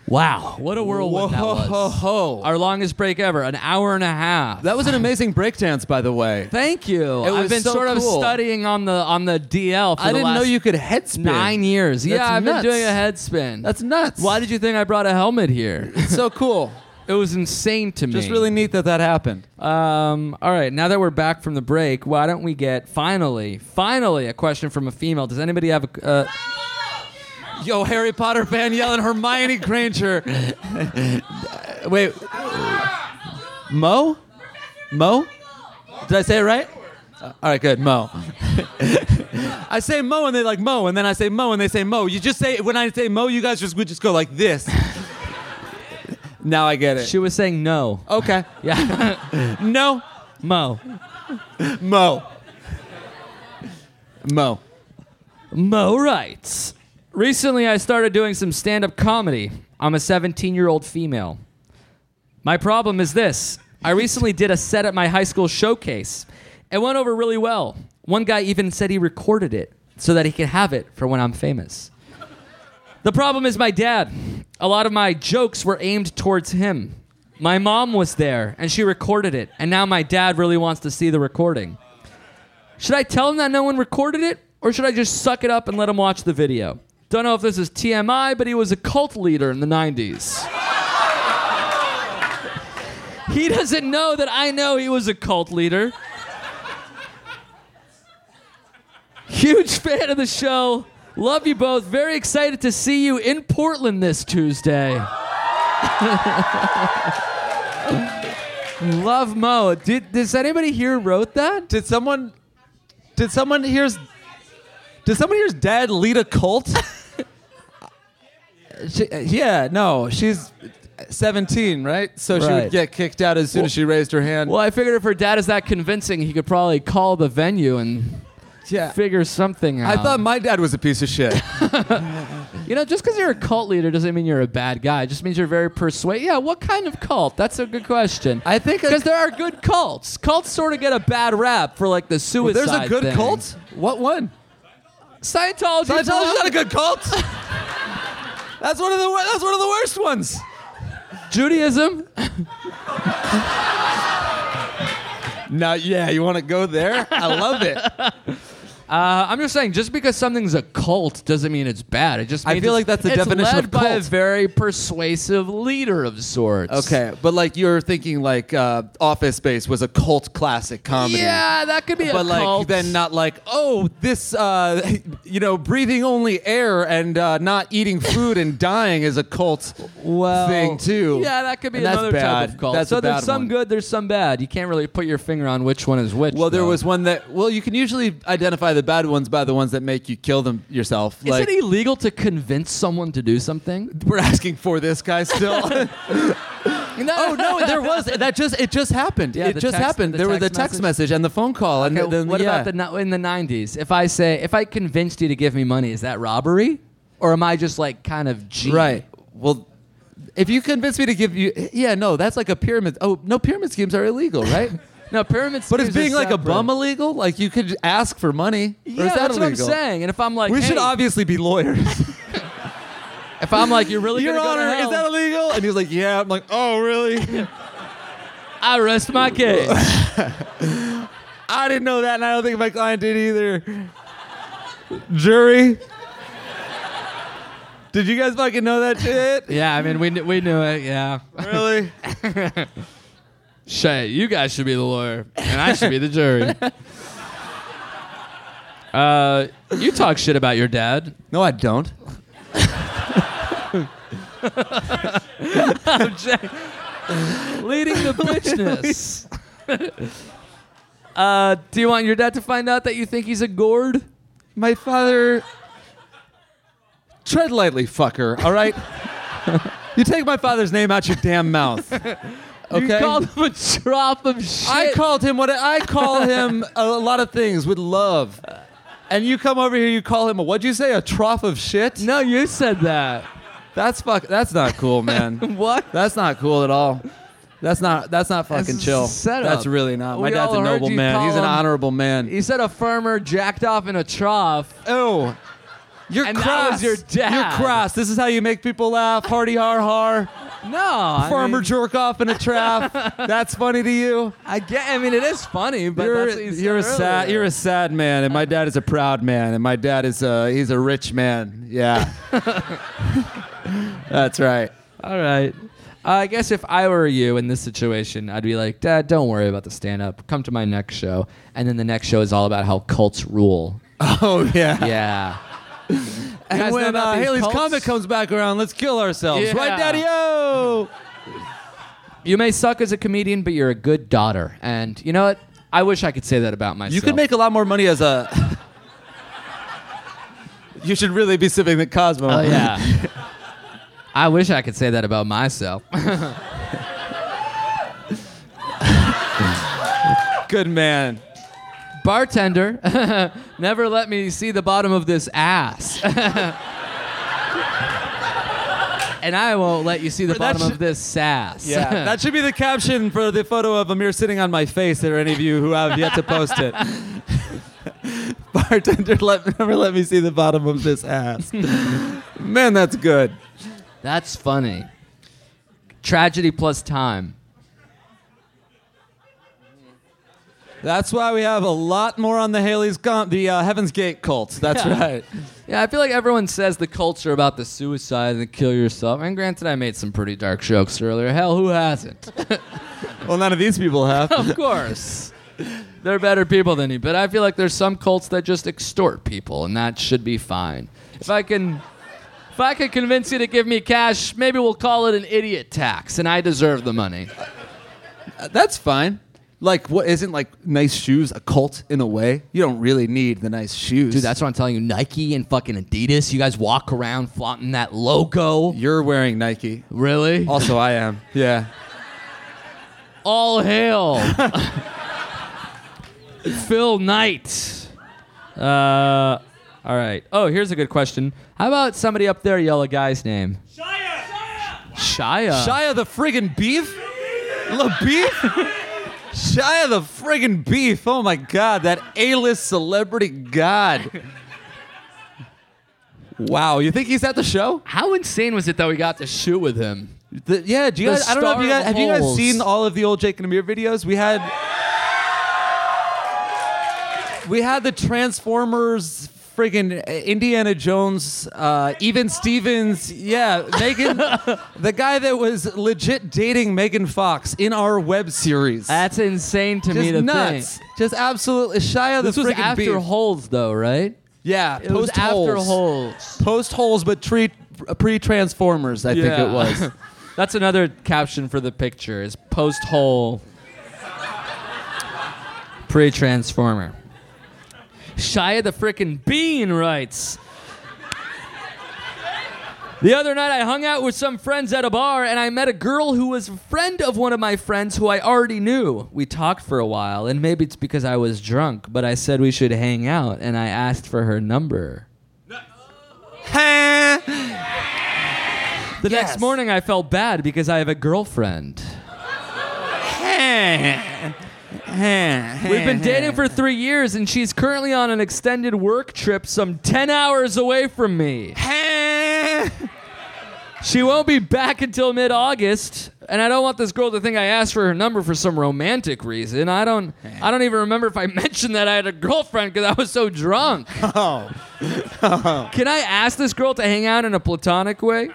Wow, what a whirlwind that
Ho,
was!
ho.
Our longest break ever, an hour and a half.
That was an amazing breakdance, by the way.
Thank you.
It
I've
was
been
so
sort of
cool.
studying on the on the DL for
I
the
didn't know
last
you could head spin.
nine years.
That's
yeah, I've
nuts.
been doing a head spin.
That's nuts.
Why did you think I brought a helmet here?
so cool?
it was insane to me.
Just really neat that that happened.
Um, all right, now that we're back from the break, why don't we get finally, finally a question from a female? Does anybody have a? Uh,
Yo, Harry Potter fan yelling Hermione Granger. [LAUGHS] Wait. Mo? Mo? Did I say it right? Uh, all right, good. Mo. [LAUGHS] I say Mo and they like Mo, and then I say Mo and they say Mo. You just say when I say Mo, you guys just would just go like this. [LAUGHS] now I get it.
she was saying no.
Okay.
[LAUGHS] Yeah,
No.
Mo,
Mo. Mo.
Mo writes. Recently, I started doing some stand-up comedy. I'm a 17-year-old female. My problem is this: I recently did a set at my high school showcase. It went over really well. One guy even said he recorded it so that he could have it for when I'm famous. The problem is my dad. A lot of my jokes were aimed towards him. My mom was there and she recorded it, and now my dad really wants to see the recording. Should I tell him that no one recorded it, or should I just suck it up and let him watch the video? Don't know if this is TMI, but he was a cult leader in the 90s. he doesn't know that I know he was a cult leader. Huge fan of the show.
Love you both. Very excited to see you in Portland this Tuesday. [LAUGHS] Love Mo. Did does anybody here wrote that?
Did someone? Did someone here's? Did someone here's dad lead a
[LAUGHS]
cult? She- uh, yeah, no, she's seventeen, right? So she
Right.
would get kicked out as soon as she raised her hand.
Well, I figured if her dad is that convincing, he could probably call the venue and
Yeah.
figure something
I
out.
thought my dad was a piece of [LAUGHS] shit.
you know, just because you're a cult leader doesn't mean you're a bad guy. It just means you're very persuasive. Yeah, what kind of cult? That's a good question.
I think a-
because there are good cults. Cults sort of get a bad rap for like the suicide.
There's a good
thing.
cult. What one?
Scientology.
Scientology's
bro.
not a good cult. that's one of the wor- that's one of the worst ones.
Judaism.
Now, yeah, you want to go Oh, there? [LAUGHS] I love it.
Uh, I'm just saying, just because something's a cult doesn't mean it's bad. It just
I
means
feel
it's-
like that's the
it's
definition
led
of
by a
cult.
very persuasive leader of sorts.
Okay, but like you're thinking like uh, Office Space was a cult classic comedy.
Yeah, that could be a
But like
cult.
then not like oh this uh, [LAUGHS] you know breathing only air and uh, not eating food and dying is a cult thing too.
Yeah, that could be
And that's
another
bad.
type of cult.
That's
so
a
there's
bad
some
one.
good, there's some bad. You can't really put your finger on which one is which.
Well, there
though.
was one that well you can usually identify the bad ones by the ones that make you kill them yourself.
Is
like
it illegal to convince someone to do something?
we're asking for this guy [LAUGHS] still.
No.
Oh
[LAUGHS]
no, there [LAUGHS] was that just it just happened.
Yeah,
it
the
just
text-
happened.
the
there was the
text
text
message.
message, and the phone call. and
Okay,
then,
what
yeah.
about the no- in the '90s? If I say, if I convinced you to give me money, is that robbery, or am I just like kind of G?
right? Well, if you convince me to give you, yeah, no, that's like a pyramid. Oh no, pyramid schemes are illegal,
[LAUGHS]
right?
No, pyramid.
but is
schemes are
being like a
separate.
bum illegal? Like you could ask for money?
Yeah,
or is that
that's
illegal?
what I'm saying. And if I'm like,
We should
hey,
obviously be lawyers.
if I'm like, [LAUGHS] you're really
Your
gonna
Honor,
go to
is
hell,
that illegal? And he's like, Yeah. I'm like, Oh,
[LAUGHS]
really?
I rest my case.
[LAUGHS] I didn't know that, and I don't think my client did either.
[LAUGHS]
Jury, did you guys fucking know that shit?
yeah, I mean, we kn- we knew it. Yeah.
Really?
Shay, you guys should be the lawyer, and I should be
[LAUGHS]
the jury. Uh, you talk shit about your dad.
[LAUGHS] No, I don't.
Leading the bitchness. uh, do you want your dad to find out that you think he's a gourd?
My father. Tread lightly, fucker, all right? you take my father's name out your damn mouth. Okay?
[LAUGHS] [LAUGHS] You called him a drop of shit.
I called him what I call him a lot of things with love. And you come over here, you call him a what'd you say? A trough of shit?
No, you said that.
That's fuck that's not cool, man.
[LAUGHS] What?
That's not cool at all. That's not that's not fucking
That's a
chill.
setup.
That's really not. My
We
dad's
all
a
heard
noble
you
man. He's an
call him-
honorable man.
He said a farmer jacked off in a trough.
Oh, you're
And that
cross.
was your dad.
You're cross. This is how you make people laugh. Hardy har har.
No, I
Farmer
mean,
jerk off in a
[LAUGHS]
trap. That's funny to you.
I get. I mean, it is funny, but
you're
that's what he said
you're a sad
earlier.
you're a sad man, and my dad is a proud man, and my dad is a he's a rich man.
[LAUGHS]
Yeah, that's right.
All right. Uh, I guess if I were you in this situation, I'd be like, Dad, don't worry about the stand up. Come to my next show. And then the next show is all about how cults rule.
Oh yeah.
[LAUGHS] Yeah.
And
guys know
when
about
uh,
these
Haley's
cults?
comic comes back around, let's kill ourselves,
Yeah.
right, Daddy O?
you may suck as a comedian, but you're a good daughter. And you know what? I wish I could say that about myself.
You could make a lot more money as a. you should really be sipping the Cosmo.
Oh, yeah. I wish I could say that about myself. [LAUGHS]
Good man.
Bartender, [LAUGHS] never let me see the bottom of this ass. [LAUGHS] and I won't let you see the
Or that
bottom
should-
of this sass. [LAUGHS]
Yeah, [LAUGHS] that should be the caption for the photo of Amir sitting on my face. There, any of you who have yet to post
[LAUGHS]
it. [LAUGHS] Bartender, let, never let me see the bottom of this ass. Man, that's good.
That's funny. Tragedy plus time.
That's why we have a lot more on the Haley's com- the uh, Heaven's Gate cult. That's
Yeah.
right.
Yeah, I feel like everyone says the culture about the suicide and the kill yourself. And granted, I made some pretty dark jokes earlier. Hell, who hasn't?
Well, none of these people
[LAUGHS]
have.
of course. They're better people than you. But I feel like there's some cults that just extort people, and that should be fine. If I can, if I can convince you to give me cash, maybe we'll call it an idiot tax, and I deserve the money.
That's fine. Like, what isn't like nice shoes a cult in a way? You don't really need the nice shoes.
Dude, that's what I'm telling you. Nike and fucking Adidas. You guys walk around flaunting that logo.
you're wearing Nike.
Really? All,
Also, I am. Yeah. [LAUGHS]
hail, Phil Knight. Uh, all right. Oh, here's a good question. How about somebody up there yell a guy's name? Shia. Shia.
Shia the friggin' beef? La beef? Shia the friggin' beef. Oh my god, that A-list celebrity god. Wow, you think he's at the show?
How insane was it that we got to shoot with him?
The- yeah, do you
The
guys, I don't know if you
star
guys
of
have you guys
Holes.
seen all of the old Jake and Amir videos? We had We had the Transformers friggin' Indiana Jones, uh, even Stevens, yeah, [LAUGHS] Megan the guy that was legit dating Megan Fox in our web series.
That's insane to me
just
to
nuts.
think.
Just absolutely Shia
This
the
was
friggin'
after
beef.
Holes, though, right?
yeah,
It
post
was after
holes.
Holes.
Post holes, but tre- pre Transformers. I think it [LAUGHS] was.
[LAUGHS] That's another caption for the picture. Is post hole pre transformer. Shia the frickin' bean writes. The other night, I hung out with some friends at a bar and I met a girl who was a friend of one of my friends who I already knew. We talked for a while, and maybe it's because I was drunk, but I said we should hang out and I asked for her number. The next morning, I felt bad because I have a girlfriend. We've been dating for three years, and she's currently on an extended work trip some 10 hours away from me. She won't be back until mid August, and I don't want this girl to think I asked for her number for some romantic reason. I don't I don't even remember if I [LAUGHS] mentioned that I had a girlfriend because I was so drunk. Can I ask this girl to hang out in a platonic way?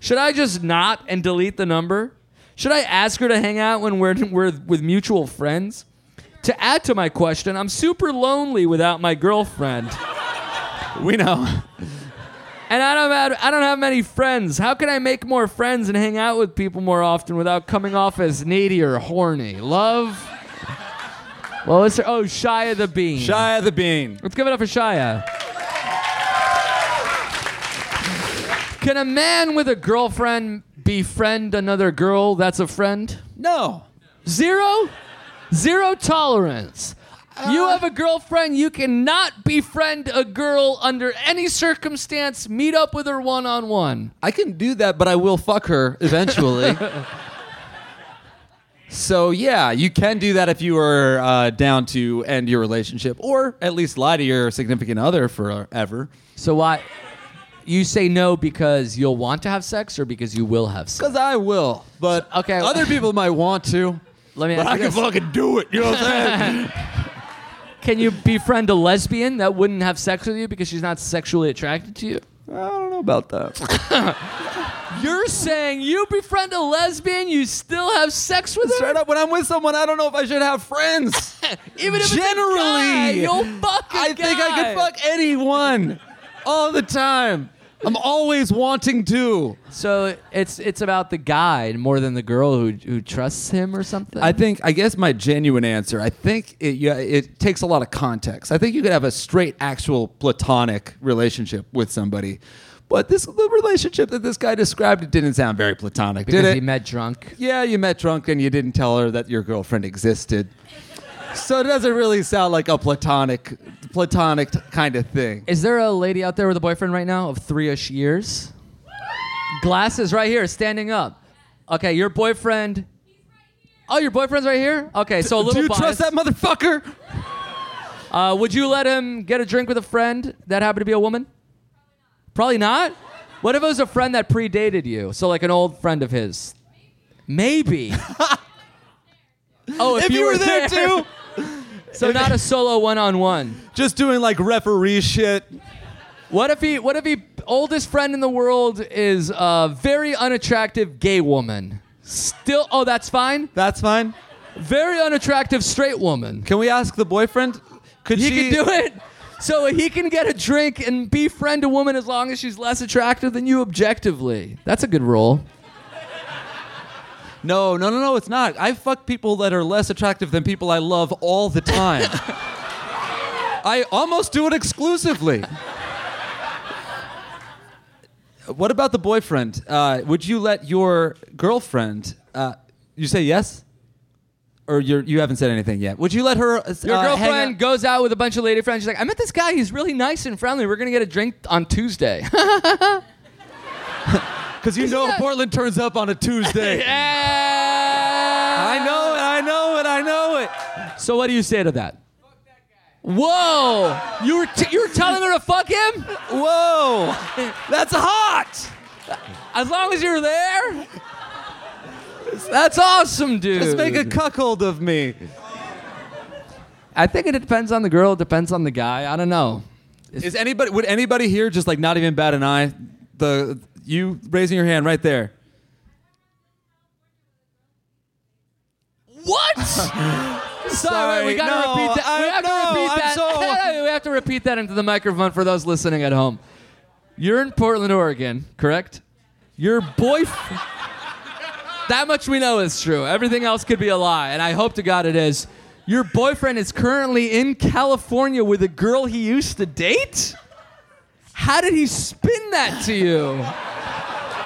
Should I just not and delete the number? Should I ask her to hang out when we're, we're with mutual friends? To add to my question, I'm super lonely without my girlfriend.
we know.
And I don't, have, I don't have many friends. How can I make more friends and hang out with people more often without coming off as needy or horny? Love. Well, let's. Oh, Shia the Bean.
Shia the Bean.
Let's give it up for Shia. Can a man with a girlfriend befriend another girl that's a friend?
No.
Zero? Zero tolerance. you have a girlfriend, you cannot befriend a girl under any circumstance, meet up with her one on one.
I can do that, but I will fuck her eventually. [LAUGHS] so yeah, you can do that if you are uh, down to end your relationship, or at least lie to your significant other forever.
So why you say no because you'll want to have sex or because you will have sex?
Because I will, but
Okay.
other people might want to.
Let me ask you this.
fucking do it. You know what I'm saying?
Can you befriend a lesbian that wouldn't have sex with you because she's not sexually attracted to you?
[LAUGHS] I don't know about that.
You're saying you befriend a lesbian, you still have sex with her?
Straight up, when I'm with someone, I don't know if I should have [LAUGHS] friends.
Even if
Generally,
it's a guy, you'll fuck a
I think I
guy.
could fuck anyone all the time. I'm always wanting to.
So it's it's about the guy more than the girl who who trusts him or something.
I think, I guess my genuine answer, I think it, yeah, it takes a lot of context. I think you could have a straight, actual platonic relationship with somebody. But this the relationship that this guy described, it didn't sound very platonic,
because
did it?
he met drunk.
yeah, you met drunk and you didn't tell her that your girlfriend existed. So it doesn't really sound like a platonic, platonic kind of thing.
Is there a lady out there with a boyfriend right now of three-ish years? Glasses right here, standing up. Okay, your boyfriend. Oh, your boyfriend's right here. Okay, so a little.
Do you
biased.
trust that motherfucker?
Uh, would you let him get a drink with a friend that happened to be a woman? Probably not. What if it was a friend that predated you? So like an old friend of his.
[LAUGHS]
Maybe. oh, if,
If you were there too,
[LAUGHS] So not a solo one-on-one.
just doing like referee shit.
What if he? What if he? Oldest friend in the world is a very unattractive gay woman. Still, oh, that's fine.
That's fine.
Very unattractive straight woman.
Can we ask the boyfriend? Could
He
she
could do it. So he can get a drink and befriend a woman as long as she's less attractive than you objectively. That's a good rule.
No, no, no, no, it's not. I fuck people that are less attractive than people I love all the time. I almost do it exclusively. What about the boyfriend? Uh, would you let your girlfriend? Uh, you say yes, or you're, you haven't said anything yet. Would you let her? uh,
Your
hang
girlfriend
out-
goes out with a bunch of lady friends. She's like, I met this guy. He's really nice and friendly. We're going to get a drink
[LAUGHS]
on Tuesday. [LAUGHS]
Because you know Portland turns up on a
[LAUGHS]
Tuesday. I
I
know it, I know it, I know it.
So what do you say to that? Whoa! You were t- you were telling her to fuck him?
Whoa, that's hot.
As long as you're there? That's awesome, dude.
Let's make a cuckold of me.
I think it depends on the girl, it depends on the guy. I don't know.
Is anybody? Would anybody here just like not even bat an eye? The you raising your hand right there. [LAUGHS]
What? Sorry, we gotta
no,
repeat that. we
I-
have
no,
to repeat
I'm
that.
so-
[LAUGHS] we have to repeat that into the microphone for those listening at home. You're in Portland, Oregon, correct? Your boyfriend. that much we know is true. Everything else could be a lie, and I hope to God it is. Your boyfriend is currently in California with a girl he used to date? How did he spin that to you?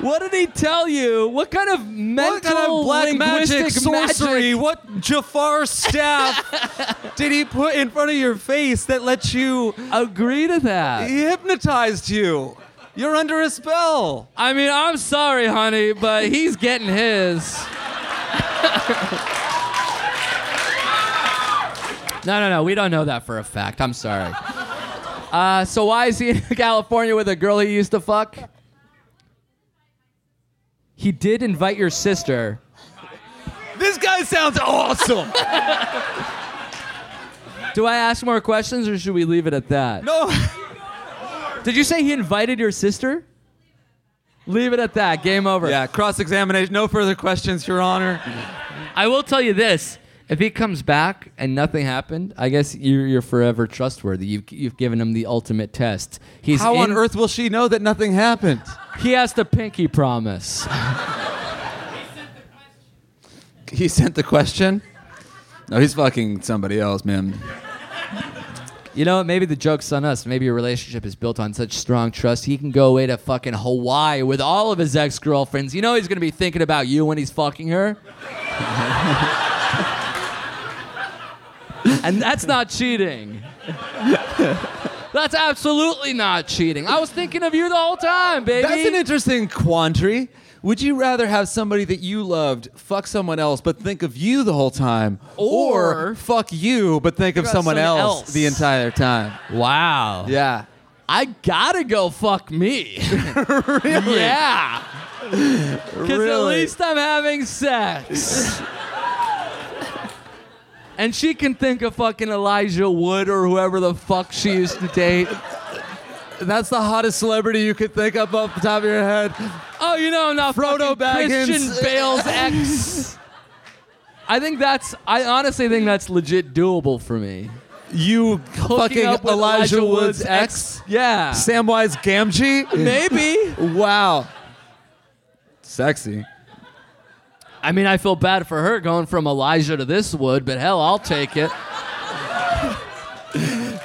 What did he tell you? What kind of mental
What kind of black magic,
linguistic
sorcery?
magic-
What Jafar staff [LAUGHS] did he put in front of your face that let you?
[LAUGHS] agree to that.
He hypnotized you. You're under a spell.
I mean, I'm sorry, honey, but he's getting his. no, no, no. We don't know that for a fact. I'm sorry. Uh, so why is he in [LAUGHS] California with a girl he used to fuck? He did invite your sister.
This guy sounds awesome.
Do I ask more questions or should we leave it at that?
no,
Did you say he invited your sister? Leave it at that. Game
[LAUGHS]
over.
yeah. Cross examination. No further questions, Your Honor.
I will tell you this: if he comes back and nothing happened, I guess you're, you're forever trustworthy. You've you've given him the ultimate test. He's
How on
in-
earth will she know that nothing happened?
He has to pinky promise.
He sent the question. No, he's fucking somebody else, man.
You know, what? maybe the joke's on us. Maybe your relationship is built on such strong trust. He can go away to fucking Hawaii with all of his ex girlfriends. You know he's gonna be thinking about you when he's fucking her. [LAUGHS] and that's not cheating. that's absolutely not cheating. I was thinking of you the whole time, baby.
That's an interesting quandary. Would you rather have somebody that you loved fuck someone else but think of you the whole time,
Or-
fuck you but think of
about
someone,
someone
else,
else.
the entire time?
wow.
Yeah.
I gotta go fuck [LAUGHS] me. Yeah. Because at
Really?
least I'm having sex. and she can think of fucking Elijah Wood or whoever the fuck she used to date.
That's the hottest celebrity you could think of off the top of your head.
Oh, you know, I'm not
Frodo
fucking
Baggins.
Christian Bale's [LAUGHS] ex. I think that's, I honestly think that's legit doable for me.
You
Hooking
fucking
up with
Elijah, Wood's ex,
Yeah.
Samwise Gamgee?
Maybe.
Wow. Sexy.
I mean, I feel bad for her going from Elijah to this wood, but hell, I'll take it.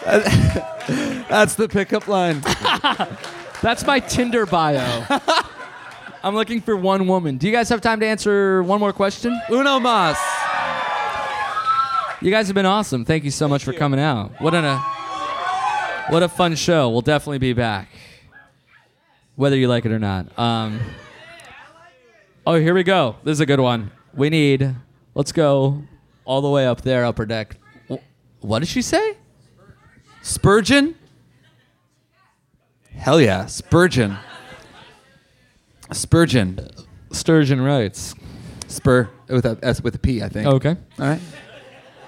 [LAUGHS] That's the pickup line.
[LAUGHS] That's my
[LAUGHS]
Tinder bio. I'm looking for one woman. Do you guys have time to answer one more question?
Uno mas.
You guys have been awesome. Thank you so much for coming out. What an, a what a fun show. We'll definitely be back, whether you like it or not. Um, oh, here we go. This is a good one. We need. Let's go all the way up there, upper deck. Wh- What did she say?
Spurgeon? Hell yeah, Spurgeon. Spurgeon.
Sturgeon writes.
Spur with a S with a P, I think.
Okay.
All right.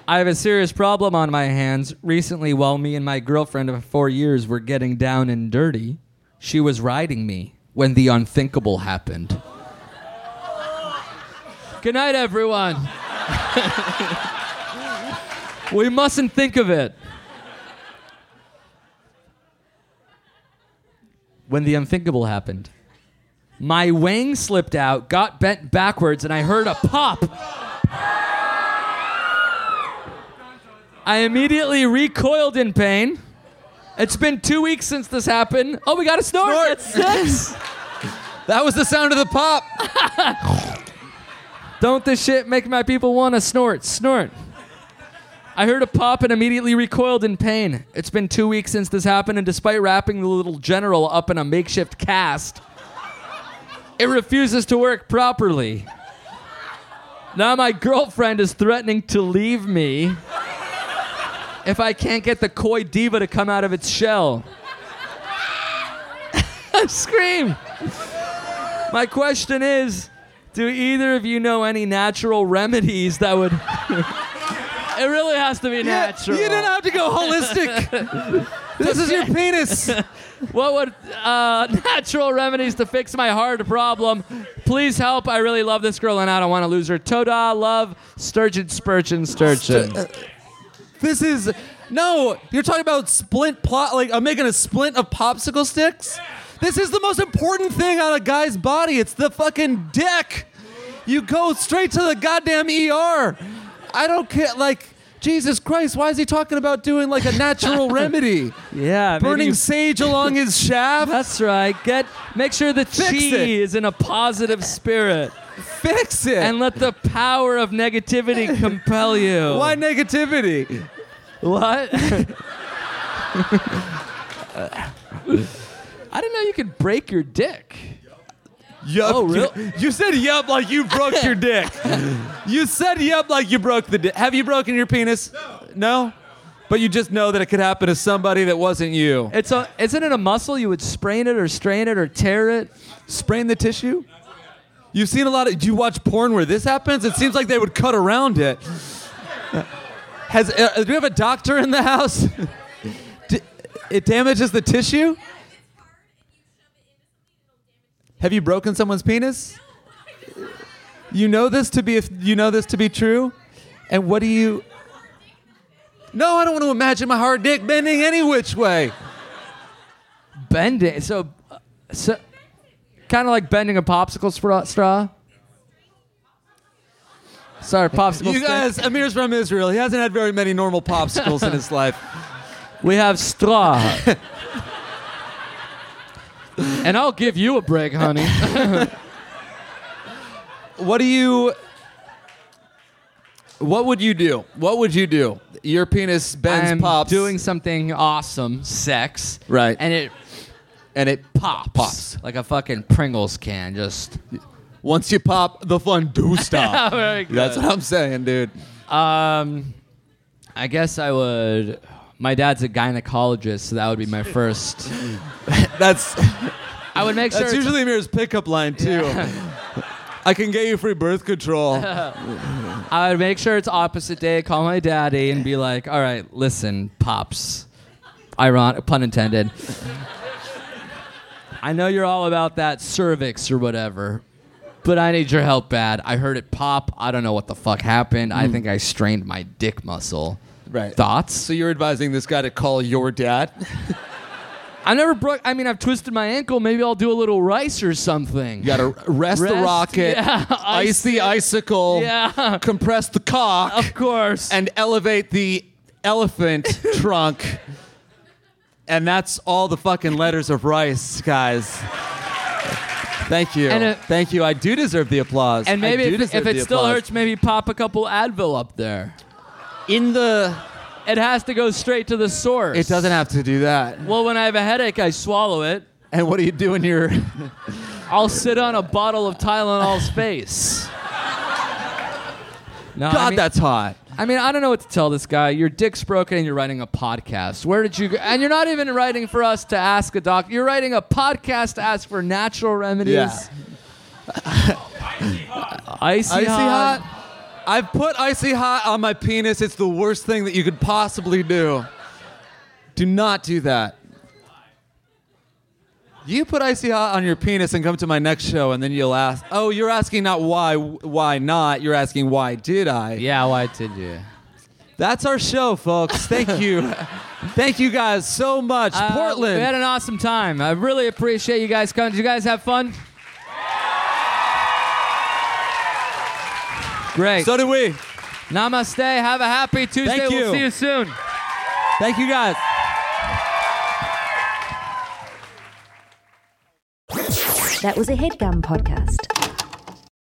I have a serious problem on my hands. Recently, while me and my girlfriend of four years were getting down and dirty, she was riding me when the unthinkable happened. Good night, everyone. [LAUGHS] we mustn't think of it. when the unthinkable happened. My wang slipped out, got bent backwards, and I heard a pop. I immediately recoiled in pain. It's been two weeks since this happened. Oh, we got a snort.
Snort.
That's six.
[LAUGHS] That was the sound of the pop.
[LAUGHS] Don't this shit make my people want to snort? Snort. I heard a pop and immediately recoiled in pain. It's been two weeks since this happened, and despite wrapping the little general up in a makeshift cast, it refuses to work properly. Now my girlfriend is threatening to leave me if I can't get the coy diva to come out of its shell. [LAUGHS] Scream! My question is do either of you know any natural remedies that would. [LAUGHS] it really has to be natural.
You don't have to go holistic.
[LAUGHS]
this is your penis.
What would uh, natural remedies to fix my heart problem? Please help. I really love this girl and I don't want to lose her. Toda, love, Sturgeon, Spurgeon, Sturgeon.
uh, This is no. You're talking about splint plot. Like I'm making a splint of popsicle sticks. This is the most important thing on a guy's body. It's the fucking dick. You go straight to the goddamn ER. I don't care. Like Jesus Christ, why is he talking about doing like a [LAUGHS] natural remedy?
yeah, maybe
Burning
you-
sage along [LAUGHS] his shaft.
That's right. Get make sure the chi
it.
is in a positive spirit,
Fix it.
and let the power of
[LAUGHS]
negativity compel you.
why negativity? [LAUGHS]
What? I didn't know you could break your dick.
Yup.
Oh, real-
You, you said yup like you broke your
[LAUGHS]
dick. you said yup like you broke the dick. Have you broken your penis? No. But you just know that it could happen to somebody that wasn't you.
It's a, isn't it a muscle? You would sprain it or strain it or tear it.
Sprain the tissue? You've seen a lot of. Do you watch porn where this happens? It seems like they would cut around it. Has uh, do you have a doctor in the house? [LAUGHS] D- it damages the tissue. Have you broken someone's penis? You know this to be if you know this to be true, and what do you? No, I don't want to imagine my hard dick bending any which way.
Bend it. So, so kind of like bending a popsicle spra- straw. Sorry, popsicle.
You
stick.
guys, Amir's from Israel. He hasn't had very many normal [LAUGHS] popsicles in his life.
we have straw. and I'll give you a break, honey.
[LAUGHS] What do you? What would you do? What would you do? Your penis bends,
I'm
pops,
doing something awesome, sex.
Right.
And it
and it
pops.
Pops.
Like a fucking Pringles can. Just
once you pop, the fun [LAUGHS] do stop.
Very good.
That's what I'm saying, dude.
um I guess I would my dad's a gynecologist, so that would be my first.
That's
I would make sure
that's
it's-
usually Amir's pickup line too. [LAUGHS] I can get you free birth control.
[LAUGHS] I would make sure it's opposite day, call my daddy and be like, "All right, listen, pops." Ironic pun intended. I know you're all about that cervix or whatever, but I need your help bad. I heard it pop. I don't know what the fuck happened.
Hmm.
I think I strained my dick muscle.
Right.
Thoughts?
So you're advising this guy to call your dad?
I never broke. I mean, I've twisted my ankle. Maybe I'll do a little rice or something.
You
[LAUGHS]
gotta rest, the
Rest,
rocket,
[LAUGHS] yeah,
ice the icicle, [LAUGHS]
Yeah.
compress the cock.
Of course.
and elevate the
[LAUGHS]
elephant trunk. And that's all the fucking letters of rice, guys. Thank you.
And it-
Thank you. I do deserve the applause.
and
I
maybe
do
if,
deserve
if it
the
still
applause.
hurts, maybe pop a couple Advil up there.
in the
It has to go straight to the source.
it doesn't have to do that.
Well, when I have a headache, I swallow it.
And what do you do in your
[LAUGHS] I'll sit on a bottle of Tylenol's face. No, I
God?
mean,
that's hot.
I mean, I don't know what to tell this guy. Your dick's broken, and you're writing a podcast. Where did you? go? And you're not even writing for us to ask a doc. You're writing a podcast to ask for natural remedies.
Yeah.
Icy,
Icy
hot.
hot. I've put icy hot on my penis. It's the worst thing that you could possibly do. Do not do that. You put icy hot on your penis and come to my next show, and then you'll ask, "Oh, you're asking not why, why not? You're asking why did I?"
Yeah, why did you?
That's our show, folks. Thank you.
[LAUGHS]
Thank you guys so much.
Uh,
Portland.
We had an awesome time. I really appreciate you guys coming. Did you guys have fun? Great.
so did we.
Namaste. Have a happy Tuesday.
Thank
We'll
you.
see you soon.
Thank you guys.
That was a headgum podcast.